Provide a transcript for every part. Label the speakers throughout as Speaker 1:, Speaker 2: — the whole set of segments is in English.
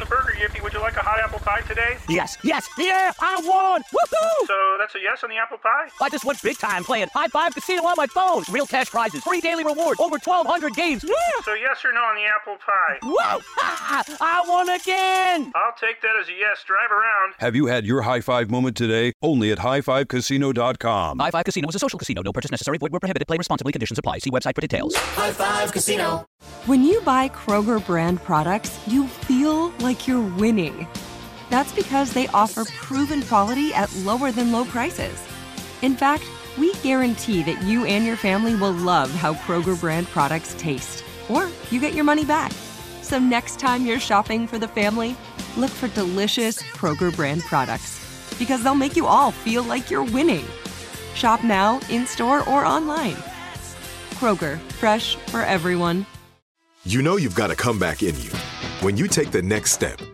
Speaker 1: to Burger Yippee. Would you like a hot apple pie today?
Speaker 2: Yes, yes, yeah, I won! Woohoo!
Speaker 1: So that's a yes on the apple pie?
Speaker 2: I just went big time playing High Five Casino on my phone. Real cash prizes, free daily rewards, over 1,200 games. Yeah!
Speaker 1: So yes or no on the apple pie?
Speaker 2: Whoa! Ha! I won again!
Speaker 1: I'll take that as a yes. Drive around.
Speaker 3: Have you had your high five moment today? Only at highfivecasino.com.
Speaker 2: High Five Casino is a social casino. No purchase necessary. Void where prohibited. Play responsibly. Conditions apply. See website for details.
Speaker 4: High Five Casino.
Speaker 5: When you buy Kroger brand products, you feel like you're winning. That's because they offer proven quality at lower than low prices. In fact, we guarantee that you and your family will love how Kroger brand products taste, or you get your money back. So next time you're shopping for the family, look for delicious Kroger brand products because they'll make you all feel like you're winning. Shop now, in store, or online. Kroger, fresh for everyone.
Speaker 6: You know you've got a comeback in you. When you take the next step,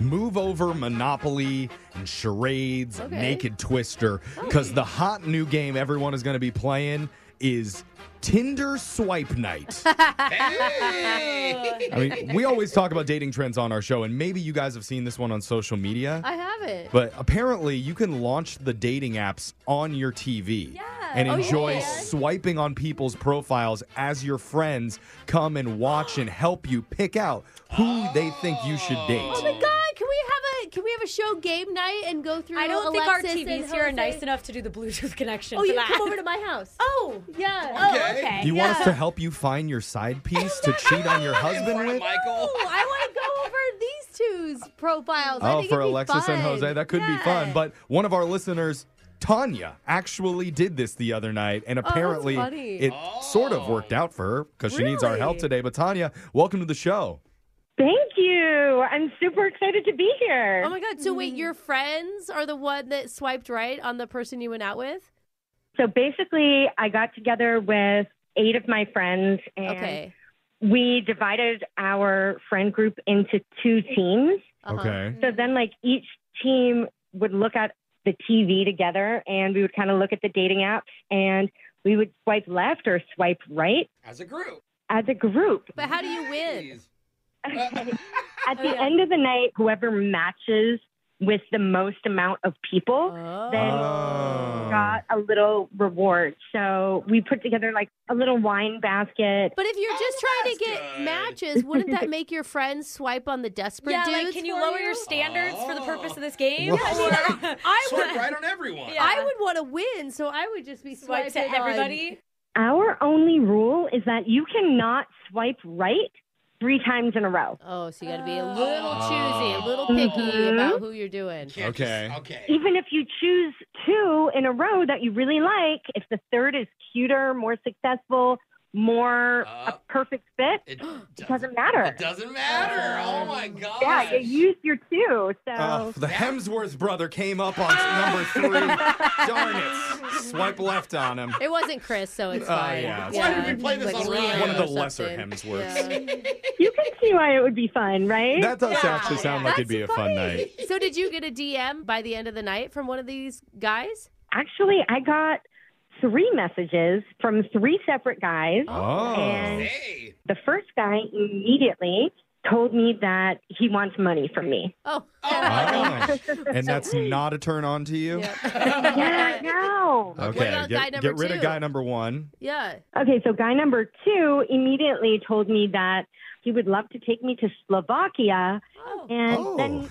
Speaker 7: Move over Monopoly and charades, and
Speaker 8: Okay.
Speaker 7: naked twister, because the hot new game everyone is going to be playing is Tinder swipe night. I mean, we always talk about dating trends on our show, and maybe you guys have seen this one on social media.
Speaker 8: I have it.
Speaker 7: But apparently, you can launch the dating apps on your TV and
Speaker 8: Oh, you
Speaker 7: enjoy
Speaker 8: can.
Speaker 7: swiping on people's profiles as your friends come and watch and help you pick out who they think you should date.
Speaker 8: oh my god, can we have a can we have a show game night and go through?
Speaker 9: I don't
Speaker 8: Alexis
Speaker 9: think our
Speaker 8: and
Speaker 9: TVs here are
Speaker 8: Jose?
Speaker 9: nice enough to do the Bluetooth connection
Speaker 8: Oh,
Speaker 9: for
Speaker 8: you
Speaker 9: that.
Speaker 8: can come over to my house.
Speaker 9: oh,
Speaker 8: yeah.
Speaker 9: oh, okay.
Speaker 7: Do you want us to help you find your side piece to cheat on your husband with?
Speaker 8: Oh, I want to go over these two's profiles. I
Speaker 7: Oh,
Speaker 8: think
Speaker 7: for
Speaker 8: it'd be
Speaker 7: Alexis and
Speaker 8: fun.
Speaker 7: Jose, that could be fun.
Speaker 8: Yeah.
Speaker 7: But one of our listeners, Tanya, actually did this the other night, and
Speaker 8: that's
Speaker 7: apparently
Speaker 8: funny.
Speaker 7: it sort of worked out for her because she needs our help
Speaker 8: Really?
Speaker 7: today. But Tanya, welcome to the show.
Speaker 10: Thank you. I'm super excited to be here.
Speaker 8: Oh my god! So
Speaker 9: Hmm.
Speaker 8: wait, your friends are the one that swiped right on the person you went out with?
Speaker 10: so basically, I got together with eight of my friends and
Speaker 8: Okay.
Speaker 10: we divided our friend group into two teams.
Speaker 8: Uh-huh.
Speaker 10: So then, like, each team would look at the TV together and we would kind of look at the dating apps and we would swipe left or swipe right
Speaker 11: As a group.
Speaker 10: as a group.
Speaker 8: But how do you win?
Speaker 10: Okay. at the
Speaker 8: Oh, yeah.
Speaker 10: end of the night, whoever matches with the most amount of people.
Speaker 8: Oh.
Speaker 10: then
Speaker 7: Oh.
Speaker 10: got a little reward. So we put together like a little wine basket.
Speaker 8: But if you're just trying to get matches, wouldn't that make your friends swipe on the desperate
Speaker 9: Yeah,
Speaker 8: dudes?
Speaker 9: like, can you
Speaker 8: for
Speaker 9: lower your standards for the purpose of this game?
Speaker 7: Yeah, I mean,
Speaker 9: Or- I
Speaker 11: Swipe right on everyone.
Speaker 9: Yeah.
Speaker 8: I would want to win, so I would just be
Speaker 9: swipe
Speaker 8: swiping
Speaker 9: to
Speaker 8: on-
Speaker 9: everybody.
Speaker 10: Our only rule is that you cannot swipe right three times in a row.
Speaker 8: Oh, so you got to be a little choosy, a little
Speaker 7: Mm-hmm.
Speaker 8: picky
Speaker 10: Mhm.
Speaker 8: about who you're doing.
Speaker 11: Can't
Speaker 7: Okay.
Speaker 11: just- okay.
Speaker 10: Even if you choose two in a row that you really like, if the third is cuter, more successful, more
Speaker 11: Uh,
Speaker 10: a perfect fit,
Speaker 11: It
Speaker 10: doesn't matter.
Speaker 11: It doesn't matter. Oh my god.
Speaker 10: yeah, you use your two. So
Speaker 7: Um, Uh, the Hemsworth brother came up on number three. Darn it. Swipe left on him.
Speaker 8: It wasn't Chris, so it's
Speaker 7: Oh,
Speaker 8: fine.
Speaker 7: yeah, it's
Speaker 11: fine. Why did we play this
Speaker 8: like
Speaker 11: on
Speaker 8: Leo
Speaker 11: Ryan?
Speaker 7: One of the
Speaker 8: or
Speaker 7: lesser
Speaker 8: something.
Speaker 7: Hemsworths.
Speaker 10: you can see why it would be fun, right?
Speaker 7: That does actually sound like it'd be a fun night.
Speaker 8: Yeah. So did you get a DM by the end of the night from one of these guys?
Speaker 10: Actually, I got three messages from three separate guys.
Speaker 11: Uh.
Speaker 7: Oh.
Speaker 10: And
Speaker 11: Hey.
Speaker 10: the first guy immediately told me that he wants money from me.
Speaker 8: Oh,
Speaker 7: Oh. And that's not Uh, a turn on to you?
Speaker 10: yeah, no.
Speaker 7: Okay.
Speaker 8: What about
Speaker 7: get,
Speaker 8: guy number
Speaker 7: get rid of
Speaker 8: two?
Speaker 7: guy number one.
Speaker 8: yeah.
Speaker 10: Okay, so guy number two immediately told me that he would love to take me to Slovakia. And
Speaker 7: Oh.
Speaker 10: then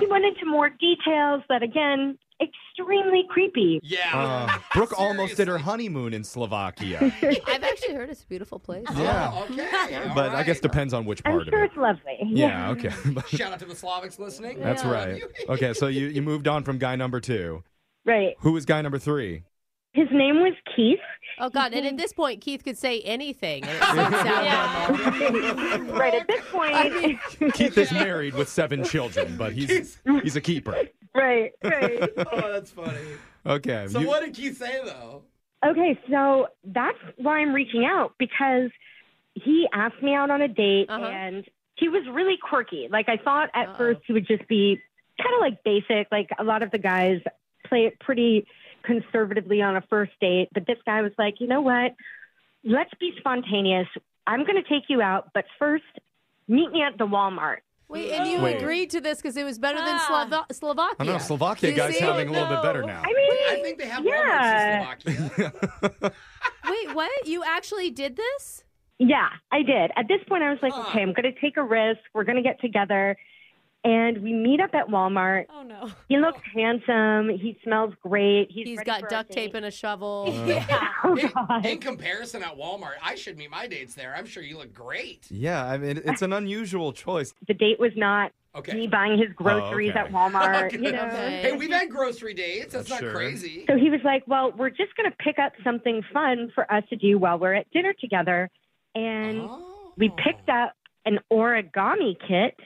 Speaker 10: he went into more details that, again, extremely creepy.
Speaker 11: Yeah.
Speaker 7: Uh, Brooke almost did her honeymoon in Slovakia.
Speaker 8: I've actually heard it's a beautiful place.
Speaker 7: yeah.
Speaker 11: Okay. all
Speaker 7: But I guess
Speaker 11: right.
Speaker 7: depends on which
Speaker 10: I'm
Speaker 7: part
Speaker 10: sure
Speaker 7: of it.
Speaker 10: it's lovely.
Speaker 7: Yeah, okay.
Speaker 11: Shout out to the Slavics listening.
Speaker 7: That's
Speaker 8: Yeah.
Speaker 7: right. Okay, so you, you moved on from guy number two.
Speaker 10: Right.
Speaker 7: Who is guy number three?
Speaker 10: His name was Keith.
Speaker 8: Oh God! And at this point, Keith could say anything. And it would sound
Speaker 9: Yeah.
Speaker 10: right at this point,
Speaker 7: Keith is married with seven children, but he's he's a keeper.
Speaker 10: right, right.
Speaker 11: Oh, that's funny.
Speaker 7: Okay.
Speaker 11: So
Speaker 7: you-
Speaker 11: what did Keith say though?
Speaker 10: Okay, so that's why I'm reaching out because he asked me out on a date
Speaker 8: Uh-huh.
Speaker 10: and he was really quirky. Like I thought at
Speaker 8: Uh-oh.
Speaker 10: first he would just be kind of like basic, like a lot of the guys play it pretty conservatively on a first date, but this guy was like, "You know what? Let's be spontaneous. I'm going to take you out, but first meet me at the Walmart."
Speaker 8: Wait, and you
Speaker 7: Wait.
Speaker 8: agreed to this because it was better than
Speaker 9: Ah.
Speaker 8: Slova- Slovakia.
Speaker 7: I know Slovakia
Speaker 8: You
Speaker 7: guys
Speaker 8: see?
Speaker 7: sounding a little bit
Speaker 9: No.
Speaker 7: better now.
Speaker 10: I mean,
Speaker 11: I think they have
Speaker 10: yeah.
Speaker 11: Walmarts in Slovakia.
Speaker 8: Wait, what? You actually did this?
Speaker 10: Yeah, I did. At this point, I was like,
Speaker 11: Huh.
Speaker 10: okay, I'm going to take a risk. We're going to get together. And we meet up at Walmart.
Speaker 9: Oh no.
Speaker 10: He looks handsome. He smells great. He's,
Speaker 8: He's
Speaker 10: ready for
Speaker 8: got
Speaker 10: a
Speaker 8: duct tape
Speaker 10: date.
Speaker 8: and a shovel.
Speaker 9: Yeah.
Speaker 10: Oh,
Speaker 11: In-
Speaker 10: God.
Speaker 11: In, comparison, at Walmart, I should meet my dates there. I'm sure you look great.
Speaker 7: Yeah, I mean it's an unusual choice.
Speaker 10: The date was not me
Speaker 11: Okay.
Speaker 10: buying his groceries
Speaker 7: okay.
Speaker 10: at Walmart. you
Speaker 11: Okay.
Speaker 10: know.
Speaker 8: Okay.
Speaker 11: Hey, we've had grocery dates. That's
Speaker 7: Sure.
Speaker 11: not crazy.
Speaker 10: So he was like, well, we're just going to pick up something fun for us to do while we're at dinner together. And
Speaker 11: Oh.
Speaker 10: we picked up an origami kit.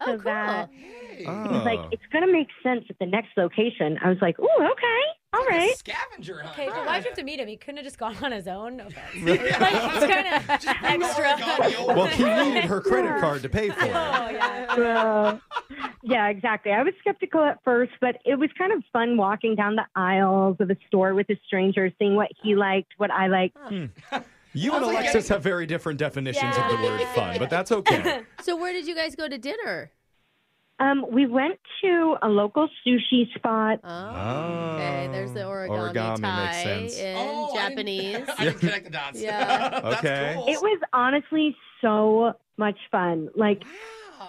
Speaker 8: Oh,
Speaker 10: So
Speaker 8: cool.
Speaker 10: that
Speaker 11: Hey.
Speaker 7: Oh.
Speaker 10: he's like, it's going to make sense at the next location. I was like, ooh, okay. All
Speaker 11: Like a
Speaker 10: right.
Speaker 11: Scavenger hunt.
Speaker 9: Okay, but
Speaker 11: Right.
Speaker 9: why'd you have to meet him? He couldn't have just gone on his own. No offense. like, it's kind of extra.
Speaker 11: Origami over.
Speaker 7: Well, he needed her credit card to pay for it.
Speaker 9: Oh, yeah.
Speaker 10: Yeah. yeah, exactly. I was skeptical at first, but it was kind of fun walking down the aisles of a store with a stranger, seeing what he liked, what I liked.
Speaker 7: You and
Speaker 11: like-
Speaker 7: Alexis have very different definitions of the word
Speaker 9: Yeah.
Speaker 7: fun, but that's okay.
Speaker 8: So where did you guys go to dinner?
Speaker 10: Um, we went to a local sushi spot.
Speaker 8: Oh, okay. There's the origami,
Speaker 7: Ah, Origami
Speaker 8: Thai
Speaker 7: makes sense.
Speaker 8: in
Speaker 11: Oh, I didn't-
Speaker 8: Japanese.
Speaker 11: I didn't connect the dots.
Speaker 8: Yeah.
Speaker 11: That's
Speaker 7: Okay.
Speaker 11: cool.
Speaker 10: It was honestly so much fun. Like,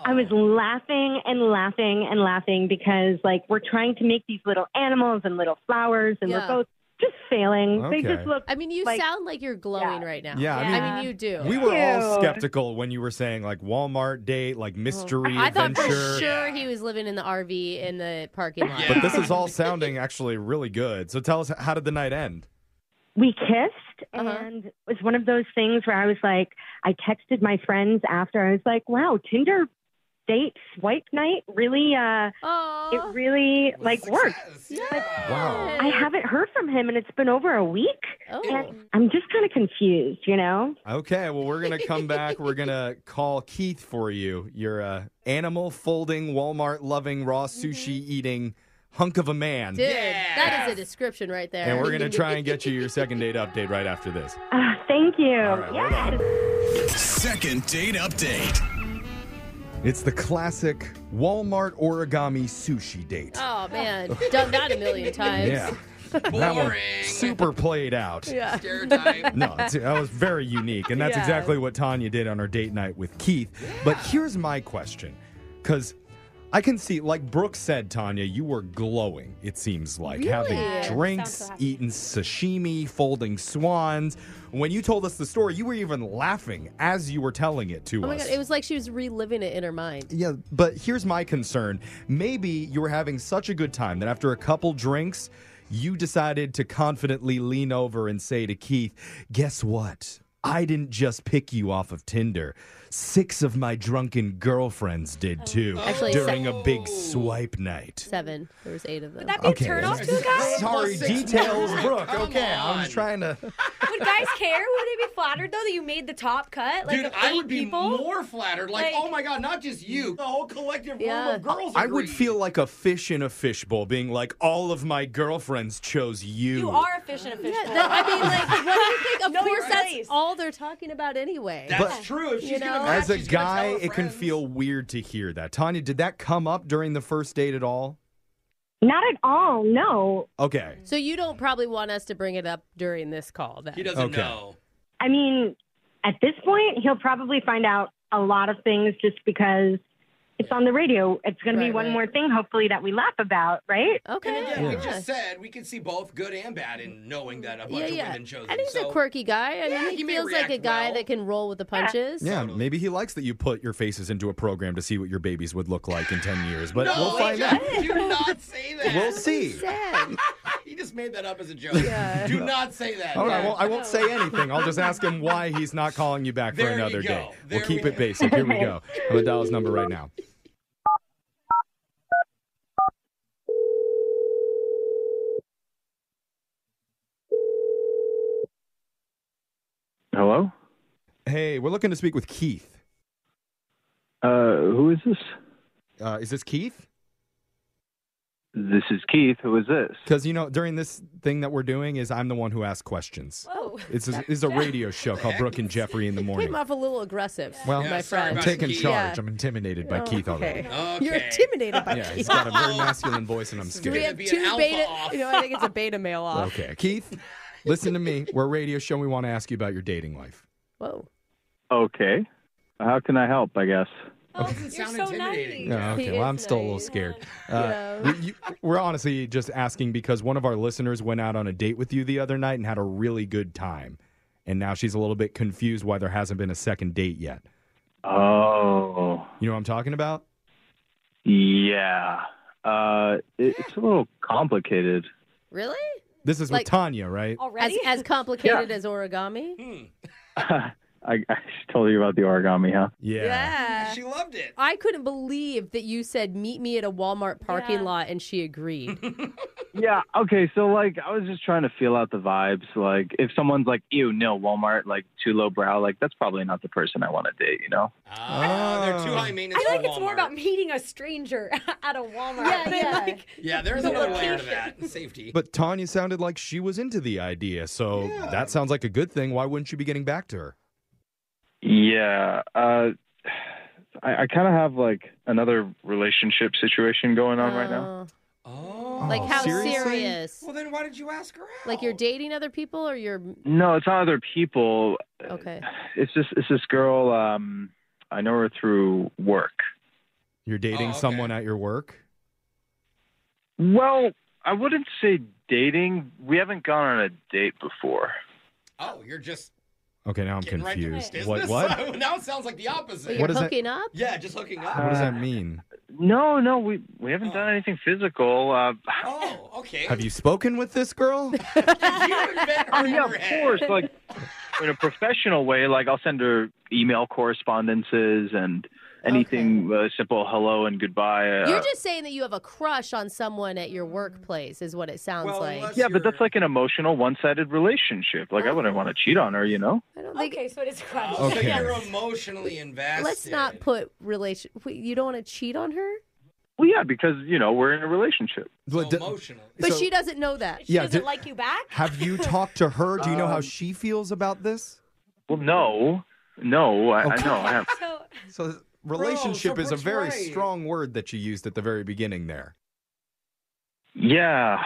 Speaker 10: I was laughing and laughing and laughing because, like, we're trying to make these little animals and little flowers, and
Speaker 8: Yeah.
Speaker 10: we're both just failing. They
Speaker 7: Okay.
Speaker 10: just look
Speaker 8: I mean, you
Speaker 10: Like-
Speaker 8: sound like you're glowing right now.
Speaker 7: Yeah, I mean-
Speaker 8: I mean, you do.
Speaker 7: We were all
Speaker 10: Ew.
Speaker 7: skeptical when you were saying like Walmart date, like mystery
Speaker 8: I thought
Speaker 7: adventure.
Speaker 8: for sure he was living in the RV in the parking lot.
Speaker 7: But this is all sounding actually really good. So tell us, how did the night end?
Speaker 10: we kissed
Speaker 8: Uh-huh.
Speaker 10: and it was one of those things where i was like i texted my friends after i was like wow tinder date swipe night really uh
Speaker 8: Oh,
Speaker 10: it really like worked
Speaker 11: Success. Yeah.
Speaker 7: Wow.
Speaker 10: i haven't heard from him and it's been over a week
Speaker 8: Oh.
Speaker 10: i'm just kind of confused you know
Speaker 7: Okay, well we're gonna come back. We're gonna call Keith for you. You're a animal folding, Walmart loving, raw sushi eating hunk of a man.
Speaker 8: dude,
Speaker 11: Yeah.
Speaker 8: that is a description right there.
Speaker 7: And we're gonna try and get you your second date update right after this.
Speaker 10: uh, thank you
Speaker 7: right, hold
Speaker 10: yes.
Speaker 4: Second date update.
Speaker 7: It's the classic Walmart origami sushi date.
Speaker 8: Oh man, done that a million times.
Speaker 7: yeah. That one
Speaker 11: Boring.
Speaker 7: super played out.
Speaker 8: Yeah.
Speaker 11: Stereotype.
Speaker 7: No, it's- that was very unique. And that's
Speaker 8: Yeah.
Speaker 7: exactly what Tanya did on her date night with Keith. But here's my question because I can see, like Brooke said, Tanya, you were glowing, it seems like,
Speaker 8: Really?
Speaker 7: having drinks,
Speaker 9: Sounds so happy.
Speaker 7: eating sashimi, folding swans. When you told us the story, you were even laughing as you were telling it to
Speaker 8: Oh
Speaker 7: us.
Speaker 8: my god, it was like she was reliving it in her mind.
Speaker 7: Yeah, but here's my concern. Maybe you were having such a good time that after a couple drinks, you decided to confidently lean over and say to Keith, Guess what? I didn't just pick you off of Tinder. Six of my drunken girlfriends did too
Speaker 8: Actually,
Speaker 7: during
Speaker 8: se-
Speaker 7: a big swipe night.
Speaker 8: Seven. There was eight of them.
Speaker 9: Would that be
Speaker 7: Okay.
Speaker 9: a turnoff to a guy?
Speaker 7: Sorry,
Speaker 11: Plus six
Speaker 7: details,
Speaker 11: more.
Speaker 7: Brooke.
Speaker 11: Come
Speaker 7: Okay, I'm
Speaker 11: on.
Speaker 7: just trying to.
Speaker 9: Would guys care? Would they be flattered though that you made the top cut? Like
Speaker 11: Dude,
Speaker 9: of
Speaker 11: I
Speaker 9: eight
Speaker 11: would be
Speaker 9: people?
Speaker 11: more flattered.
Speaker 9: Like-
Speaker 11: Like, oh my god, not just you, the whole collective
Speaker 8: Yeah.
Speaker 11: room of girls.
Speaker 7: I would
Speaker 11: agreed.
Speaker 7: feel like a fish in a fishbowl, being like, all of my girlfriends chose you.
Speaker 9: You are efficient, efficient.
Speaker 8: Yeah, that- I mean, like, what do you think? Of
Speaker 9: Know your
Speaker 8: course, that's
Speaker 9: place.
Speaker 8: all they're talking about anyway.
Speaker 11: That's
Speaker 7: But-
Speaker 11: true. If she's
Speaker 8: You
Speaker 11: gonna
Speaker 8: know?
Speaker 11: match,
Speaker 7: As a
Speaker 11: she's gonna
Speaker 7: guy,
Speaker 11: tell her
Speaker 7: it can
Speaker 11: friends.
Speaker 7: feel weird to hear that. Tanya, did that come up during the first date at all?
Speaker 10: not at all no
Speaker 7: Okay.
Speaker 11: Mm.
Speaker 8: so you don't probably want us to bring it up during this call. Then.
Speaker 11: He doesn't
Speaker 7: Okay.
Speaker 11: know.
Speaker 10: i mean at this point he'll probably find out a lot of things just because it's on the radio it's going to be
Speaker 8: Right,
Speaker 10: one
Speaker 8: right.
Speaker 10: more thing hopefully that we laugh about right
Speaker 12: Oh.
Speaker 8: Okay.
Speaker 11: And again, we
Speaker 7: Yeah.
Speaker 11: just said we can see both good and bad in knowing that a bunch
Speaker 8: yeah,
Speaker 11: of
Speaker 8: yeah.
Speaker 11: women chose
Speaker 8: And
Speaker 11: him.
Speaker 8: he's
Speaker 11: So-
Speaker 8: a quirky guy. I
Speaker 11: Yeah,
Speaker 8: mean, he,
Speaker 11: he may
Speaker 8: feels like a
Speaker 11: react
Speaker 8: guy
Speaker 11: well.
Speaker 8: that can roll with the punches.
Speaker 7: Yeah, maybe he likes that you put your faces into a program to see what your babies would look like in 10 years, but
Speaker 11: No,
Speaker 7: we'll find
Speaker 11: Leah,
Speaker 7: out.
Speaker 11: Do not say that.
Speaker 7: We'll see.
Speaker 8: Sad.
Speaker 11: He just made that up as a joke. Do not say that.
Speaker 7: All right, well, I won't say anything. I'll just ask him why he's not calling you back
Speaker 11: There
Speaker 7: for
Speaker 11: you
Speaker 7: another
Speaker 11: go.
Speaker 7: day.
Speaker 11: There
Speaker 7: we'll keep
Speaker 11: we
Speaker 7: it basic. Here we go. I'm going to dial his number right now.
Speaker 10: Hello?
Speaker 7: Hey, we're looking to speak with Keith.
Speaker 10: Uh, who is this?
Speaker 7: Uh, is this Keith?
Speaker 10: This is Keith. Who is this?
Speaker 7: Because, you know, during this thing that we're doing is I'm the one who asks questions.
Speaker 9: Oh.
Speaker 8: Whoa.
Speaker 7: It's a, it's a radio show called Brooke and Jeffrey in the Morning.
Speaker 13: Came off a little aggressive.
Speaker 7: Well,
Speaker 13: my friend.
Speaker 7: I'm taking charge.
Speaker 13: Yeah.
Speaker 7: I'm intimidated by
Speaker 13: Oh,
Speaker 7: Keith already.
Speaker 13: Okay. You're intimidated by
Speaker 7: Yeah,
Speaker 13: Keith.
Speaker 7: he's got a very masculine voice, and I'm scared.
Speaker 13: we have two beta. You know, I think it's a beta male off.
Speaker 7: Okay, Keith, listen to me. We're a radio show. and We want to ask you about your dating life.
Speaker 13: Whoa.
Speaker 10: Okay. How can I help, I guess?
Speaker 11: You're so intimidating.
Speaker 7: Yeah, okay, well, I'm still a little scared. Uh,
Speaker 11: Yeah.
Speaker 7: we, you, we're honestly just asking because one of our listeners went out on a date with you the other night and had a really good time. And now she's a little bit confused why there hasn't been a second date yet.
Speaker 10: Oh.
Speaker 7: You know what I'm talking about?
Speaker 10: Yeah. Uh, it, it's a little complicated.
Speaker 8: Really?
Speaker 7: This is
Speaker 8: Like-
Speaker 7: with Tanya,
Speaker 13: Oh,
Speaker 7: right?
Speaker 8: Already? As, as complicated as origami?
Speaker 10: I, I told you about the origami, huh?
Speaker 7: Yeah.
Speaker 8: She loved it. I couldn't believe that you said meet me at a Walmart parking lot and she agreed.
Speaker 10: Yeah. Okay. So, like, I was just trying to feel out the vibes. Like, if someone's like, ew, no, Walmart, like, too lowbrow, like, that's probably not the person I want to date, you know?
Speaker 11: Ah, they're too high
Speaker 12: I
Speaker 11: maintenance.
Speaker 12: feel like
Speaker 11: for
Speaker 12: it's more
Speaker 11: Walmart.
Speaker 12: about meeting a stranger at a Walmart.
Speaker 11: Yeah,
Speaker 12: than,
Speaker 11: yeah.
Speaker 12: Like,
Speaker 11: Yeah, there's
Speaker 12: the
Speaker 11: another layer to
Speaker 12: location.
Speaker 11: that. Safety.
Speaker 7: But Tanya sounded like she was into the idea, so that sounds like a good thing. Why wouldn't you be getting back to her?
Speaker 10: Yeah. Uh, I, I kind of have, like, another relationship situation going on right now.
Speaker 8: like
Speaker 7: Oh,
Speaker 8: how
Speaker 10: seriously?
Speaker 8: serious?
Speaker 11: Oh, Well, then why did you ask her out?
Speaker 8: Like you're dating other people or you're
Speaker 10: No, it's not other people.
Speaker 8: okay.
Speaker 10: It's just it's this girl. Um, I know her through work.
Speaker 7: You're
Speaker 11: Oh,
Speaker 7: dating someone at your work?
Speaker 10: Well, I wouldn't say dating. We haven't gone on a date before.
Speaker 11: Oh, you're just
Speaker 7: Okay, now I'm
Speaker 11: getting right to
Speaker 7: confused.
Speaker 11: business.
Speaker 7: what? What?
Speaker 11: now it sounds like the opposite.
Speaker 7: What You're is that- hooking
Speaker 8: up?
Speaker 11: Yeah, just hooking up.
Speaker 7: What does that mean?
Speaker 10: No, no, we we haven't done anything physical. Uh,
Speaker 11: oh, okay.
Speaker 7: Have you spoken with this girl?
Speaker 10: oh yeah, of
Speaker 11: Eh.
Speaker 10: course. Like in a professional way, like I'll send her email correspondences and anything uh, simple hello and goodbye. Uh,
Speaker 8: You're just saying that you have a crush on someone at your workplace is what it sounds like.
Speaker 10: yeah, but that's like an emotional one-sided relationship. Like I wouldn't want to cheat on her, you know.
Speaker 12: okay, so it is crush.
Speaker 11: Oh, so
Speaker 10: Okay.
Speaker 11: Oh. you're emotionally invested.
Speaker 8: Let's not put relation wait, you don't want to cheat on her?
Speaker 10: Well, yeah, because you know we're in a relationship.
Speaker 11: emotional.
Speaker 8: But she doesn't know that.
Speaker 7: She Yeah, doesn't d-
Speaker 8: like you back?
Speaker 7: Have you talked to her? Do you know how
Speaker 10: Um,
Speaker 7: she feels about this?
Speaker 10: Well, no, no, I, I
Speaker 7: Okay.
Speaker 10: know. I have.
Speaker 7: So th- relationship
Speaker 10: so
Speaker 7: is a
Speaker 10: Brooke's
Speaker 7: very
Speaker 10: right.
Speaker 7: strong word that you used at the very beginning there.
Speaker 10: Yeah.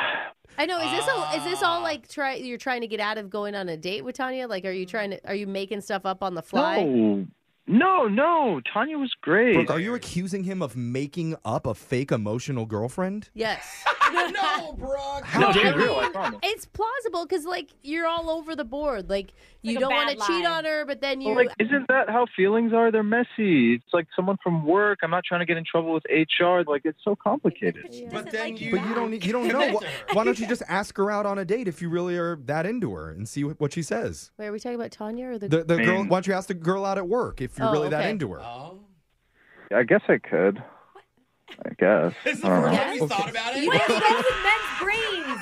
Speaker 8: I know. Is this all? Is this all like try? You're trying to get out of going on a date with Tanya? Like, are you trying to? Are you making stuff up on the fly?
Speaker 10: No, Oh. no, no. Tanya was great.
Speaker 7: Brooke, are you accusing him of making up a fake emotional girlfriend?
Speaker 8: Yes.
Speaker 11: no, Brooke.
Speaker 7: How dare you?
Speaker 8: It's plausible because like you're all over the board. Like you
Speaker 12: like a
Speaker 8: don't want
Speaker 12: bad
Speaker 8: to cheat
Speaker 12: lie.
Speaker 8: on her, but then you.
Speaker 10: Well, like, isn't that how feelings are? They're messy. It's like someone from work. I'm not trying to get in trouble with HR. Like it's so complicated.
Speaker 11: But then you.
Speaker 7: But you don't you don't know. Why, why don't you just ask her out on a date if you really are that into her and see what, what she says?
Speaker 8: Wait, are we talking about Tanya or the?
Speaker 7: The, the girl,
Speaker 10: Man.
Speaker 7: why don't you ask the girl out at work if you're
Speaker 8: Oh,
Speaker 7: really that
Speaker 8: okay.
Speaker 7: into her?
Speaker 10: I guess I could. I guess. I don't know.
Speaker 11: you thought about it?
Speaker 12: What is wrong with men's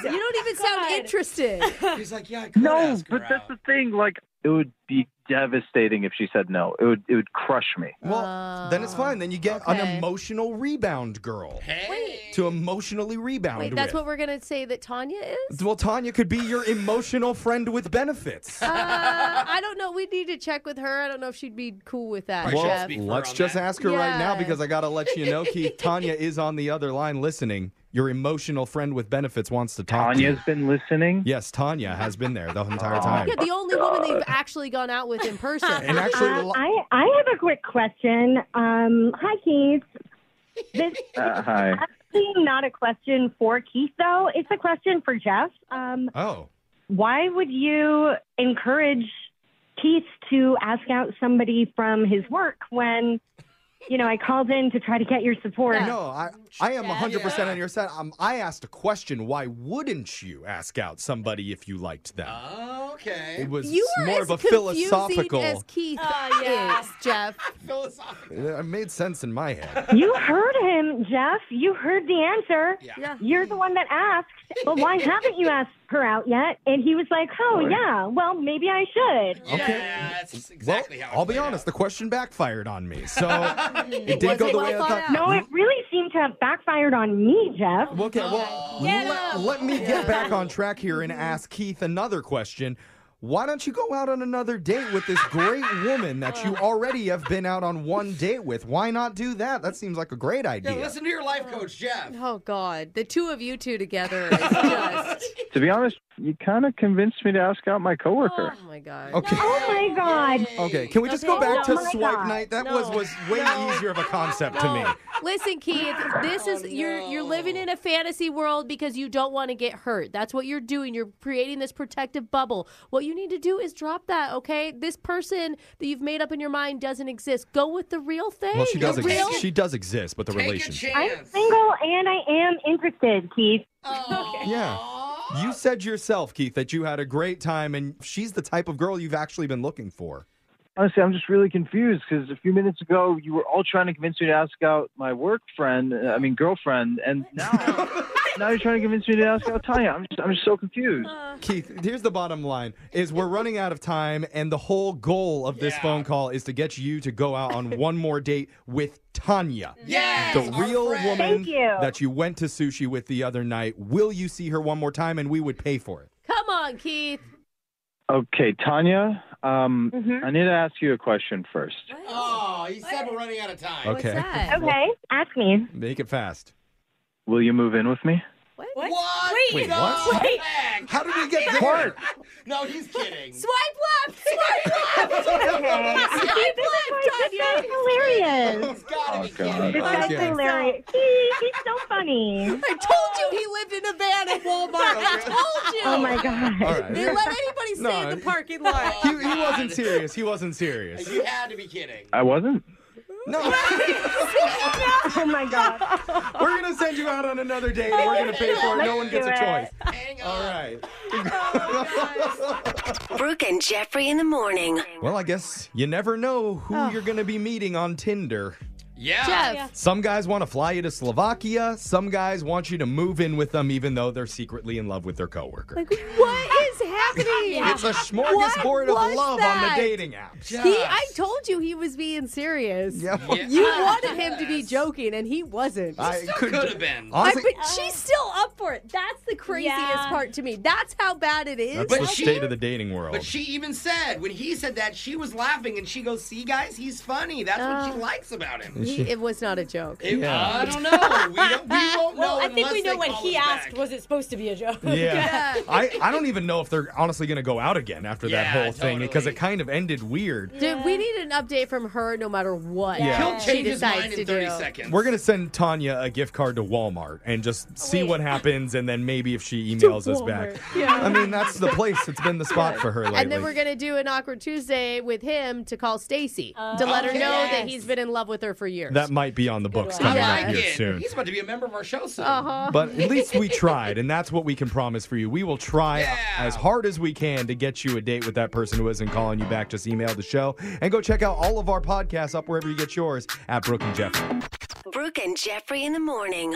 Speaker 12: brains?
Speaker 8: you don't even sound interested.
Speaker 11: He's like, yeah, I could
Speaker 10: No,
Speaker 11: ask her
Speaker 10: but that's
Speaker 11: out.
Speaker 10: the thing. Like it would be devastating if she said no. It would it would crush me.
Speaker 7: Well, then it's fine. Then you get
Speaker 8: okay.
Speaker 7: an emotional rebound girl
Speaker 11: Hey.
Speaker 7: to emotionally rebound
Speaker 8: Wait,
Speaker 7: with.
Speaker 8: that's what we're gonna say that Tanya is.
Speaker 7: Well, Tanya could be your emotional friend with benefits.
Speaker 8: Uh, I don't know. We need to check with her. I don't know if she'd be cool with that,
Speaker 7: well,
Speaker 8: Jeff.
Speaker 7: let's just ask her right now
Speaker 8: Yeah.
Speaker 7: because I got to let you know, Keith. Tanya is on the other line listening. Your emotional friend with benefits wants to talk to
Speaker 10: Tanya's
Speaker 7: you.
Speaker 10: been listening.
Speaker 7: Yes, Tanya has been there the entire time.
Speaker 8: Yeah, the only woman they've actually gone out with in person.
Speaker 7: And actually,
Speaker 14: Uh, I, I have a quick question. Um, hi, Keith. This
Speaker 10: Uh, hi.
Speaker 14: actually not a question for Keith, though. It's a question for Jeff. Um,
Speaker 7: Oh.
Speaker 14: why would you encourage Keith to ask out somebody from his work when
Speaker 10: you know, I called in to try to get your support.
Speaker 7: No, I, I am 100% on your side. Um, I asked a question. Why wouldn't you ask out somebody if you liked them?
Speaker 11: Okay.
Speaker 7: It was
Speaker 8: You are
Speaker 7: more
Speaker 8: as
Speaker 7: of a
Speaker 8: confusing
Speaker 7: philosophical.
Speaker 8: as Keith
Speaker 9: yeah.
Speaker 8: is, Jeff.
Speaker 7: It made sense in my head.
Speaker 10: You heard him, Jeff. You heard the answer.
Speaker 8: Yeah.
Speaker 10: You're the one that asked. Well, why haven't you asked her out yet? And he was like, oh,
Speaker 7: Right.
Speaker 10: yeah, well, maybe I should.
Speaker 7: Okay. that's exactly well, how I'll be honest. The question backfired on me. So it did
Speaker 10: Was
Speaker 7: go
Speaker 10: it
Speaker 7: the way I
Speaker 10: well
Speaker 7: thought.
Speaker 10: thought out? No, it really seemed to have backfired on me, Jeff.
Speaker 7: Okay, well, let, let me get back on track here and ask Keith another question. Why don't you go out on another date with this great woman that you already have been out on one date with? Why not do that? That seems like a great idea.
Speaker 8: listen to your life coach, Jeff. Oh God, the two of you two together is just. oh,
Speaker 15: To be honest, you kind of convinced me to ask out my coworker.
Speaker 8: oh my God.
Speaker 7: Okay.
Speaker 10: Oh my God.
Speaker 7: Okay, can we just go
Speaker 8: Okay.
Speaker 7: back to
Speaker 8: Oh my
Speaker 7: swipe
Speaker 8: God.
Speaker 7: night? That
Speaker 8: No.
Speaker 7: was was way easier of a concept to me.
Speaker 8: Listen, Keith, this
Speaker 10: Oh,
Speaker 8: is you're you're living in a fantasy world because you don't want to get hurt. That's what you're doing. You're creating this protective bubble. What you need to do is drop that, okay? This person that you've made up in your mind doesn't exist. Go with the real thing.
Speaker 7: Well, she does
Speaker 8: The real-
Speaker 7: exist. She does exist, but the relationship.
Speaker 10: I'm single and I am interested, Keith.
Speaker 7: Yeah. You said yourself, Keith, that you had a great time, and she's the type of girl you've actually been looking for.
Speaker 15: Honestly, I'm just really confused because a few minutes ago you were all trying to convince me to ask out my work friend, uh, I mean girlfriend, and now now you're trying to convince me to ask out Tanya. I'm just I'm just so confused.
Speaker 8: Uh.
Speaker 7: Keith, here's the bottom line is we're running out of time and the whole goal of this phone call is to get you to go out on one more date with Tanya.
Speaker 4: Yes,
Speaker 7: The
Speaker 4: our
Speaker 7: real
Speaker 4: friend.
Speaker 7: woman
Speaker 4: Thank you.
Speaker 7: that you went to sushi with the other night. Will you see her one more time and we would pay for it?
Speaker 8: Come on, Keith.
Speaker 15: Okay, Tanya, um,
Speaker 10: Mm-hmm.
Speaker 15: I need to ask you a question first.
Speaker 11: Oh, he said we're running out of time.
Speaker 15: Okay.
Speaker 10: Okay, ask me.
Speaker 7: Make it fast.
Speaker 15: Will you move in with me?
Speaker 11: What?
Speaker 15: Wait,
Speaker 11: no,
Speaker 15: what?
Speaker 11: Wait.
Speaker 7: How did we get
Speaker 15: there?
Speaker 11: No, he's kidding.
Speaker 9: Swipe left.
Speaker 11: Swipe left.
Speaker 10: Okay. That's hilarious.
Speaker 11: Oh,
Speaker 10: This guy's
Speaker 7: Okay.
Speaker 10: hilarious. He, he's so funny.
Speaker 8: I told you he lived in a van at Walmart. I told you.
Speaker 10: Oh my god.
Speaker 7: All right.
Speaker 8: They let anybody stay
Speaker 7: No,
Speaker 8: in the
Speaker 7: he-
Speaker 8: parking lot.
Speaker 7: He, he wasn't serious. He wasn't serious.
Speaker 11: You had to be kidding.
Speaker 15: I wasn't.
Speaker 7: No.
Speaker 10: oh my god.
Speaker 7: We're going to send you out on another date and we're going to pay for it. No one
Speaker 16: Let's
Speaker 7: gets a
Speaker 16: do it.
Speaker 7: choice. All right.
Speaker 16: Brooke and Jeffrey in the morning.
Speaker 7: Well, I guess you never know who you're going to be meeting on Tinder.
Speaker 11: Yeah.
Speaker 16: Jeff.
Speaker 7: Some guys want to fly you to Slovakia. Some guys want you to move in with them, even though they're secretly in love with their coworker.
Speaker 8: What is happening?
Speaker 7: It's a smorgasbord of
Speaker 8: What was
Speaker 7: love on
Speaker 8: that?
Speaker 7: the dating app.
Speaker 8: He, I told you he was being serious. You wanted him to be joking, and he wasn't.
Speaker 7: I could- Could have been.
Speaker 8: I-
Speaker 7: Honestly-
Speaker 8: but she's still up for it. That's the craziest
Speaker 9: Uh. Yeah.
Speaker 8: part to me. That's how bad it is.
Speaker 7: That's the state of the dating world.
Speaker 11: But she even said when he said that she was laughing, and she goes, "See, guys, he's funny. That's what
Speaker 9: Oh.
Speaker 11: she likes about him."
Speaker 8: He- it was not a joke.
Speaker 11: It- I don't know. We, don't, we won't
Speaker 9: Uh, well,
Speaker 11: know.
Speaker 9: I think we
Speaker 11: unless
Speaker 9: know
Speaker 11: they
Speaker 9: when
Speaker 11: call
Speaker 9: he
Speaker 11: us
Speaker 9: asked, was it supposed to be a joke?
Speaker 7: Yeah. I, I don't even know if they're honestly going to go out again after that whole thing because it kind of ended weird.
Speaker 8: Dude, we need an update from her no matter what.
Speaker 7: Yeah. He'll
Speaker 8: she
Speaker 11: change his
Speaker 8: decides
Speaker 11: mind in
Speaker 8: to
Speaker 11: 30
Speaker 8: do.
Speaker 11: seconds.
Speaker 7: We're going to send Tanya a gift card to Walmart and just see what happens and then maybe if she emails us back.
Speaker 8: Walmart. Yeah.
Speaker 7: I mean, that's the place that's been the spot for her lately.
Speaker 8: And then we're gonna do an awkward Tuesday with him to call Stacy
Speaker 9: Oh,
Speaker 8: to let her
Speaker 11: Okay.
Speaker 8: know that
Speaker 11: Yes.
Speaker 8: he's been in love with her for years.
Speaker 7: That might be on the books
Speaker 8: one.
Speaker 7: coming
Speaker 8: I
Speaker 7: up
Speaker 8: like
Speaker 7: here
Speaker 11: back.
Speaker 7: soon.
Speaker 11: He's about to be a member of our show soon.
Speaker 8: Uh-huh.
Speaker 7: But at least we tried, and that's what we can promise for you. We will try as hard as we can to get you a date with that person who isn't calling you back. Just email the show and go check out all of our podcasts up wherever you get yours at Brooke and Jeff.
Speaker 16: Brooke and Jeffrey in the morning.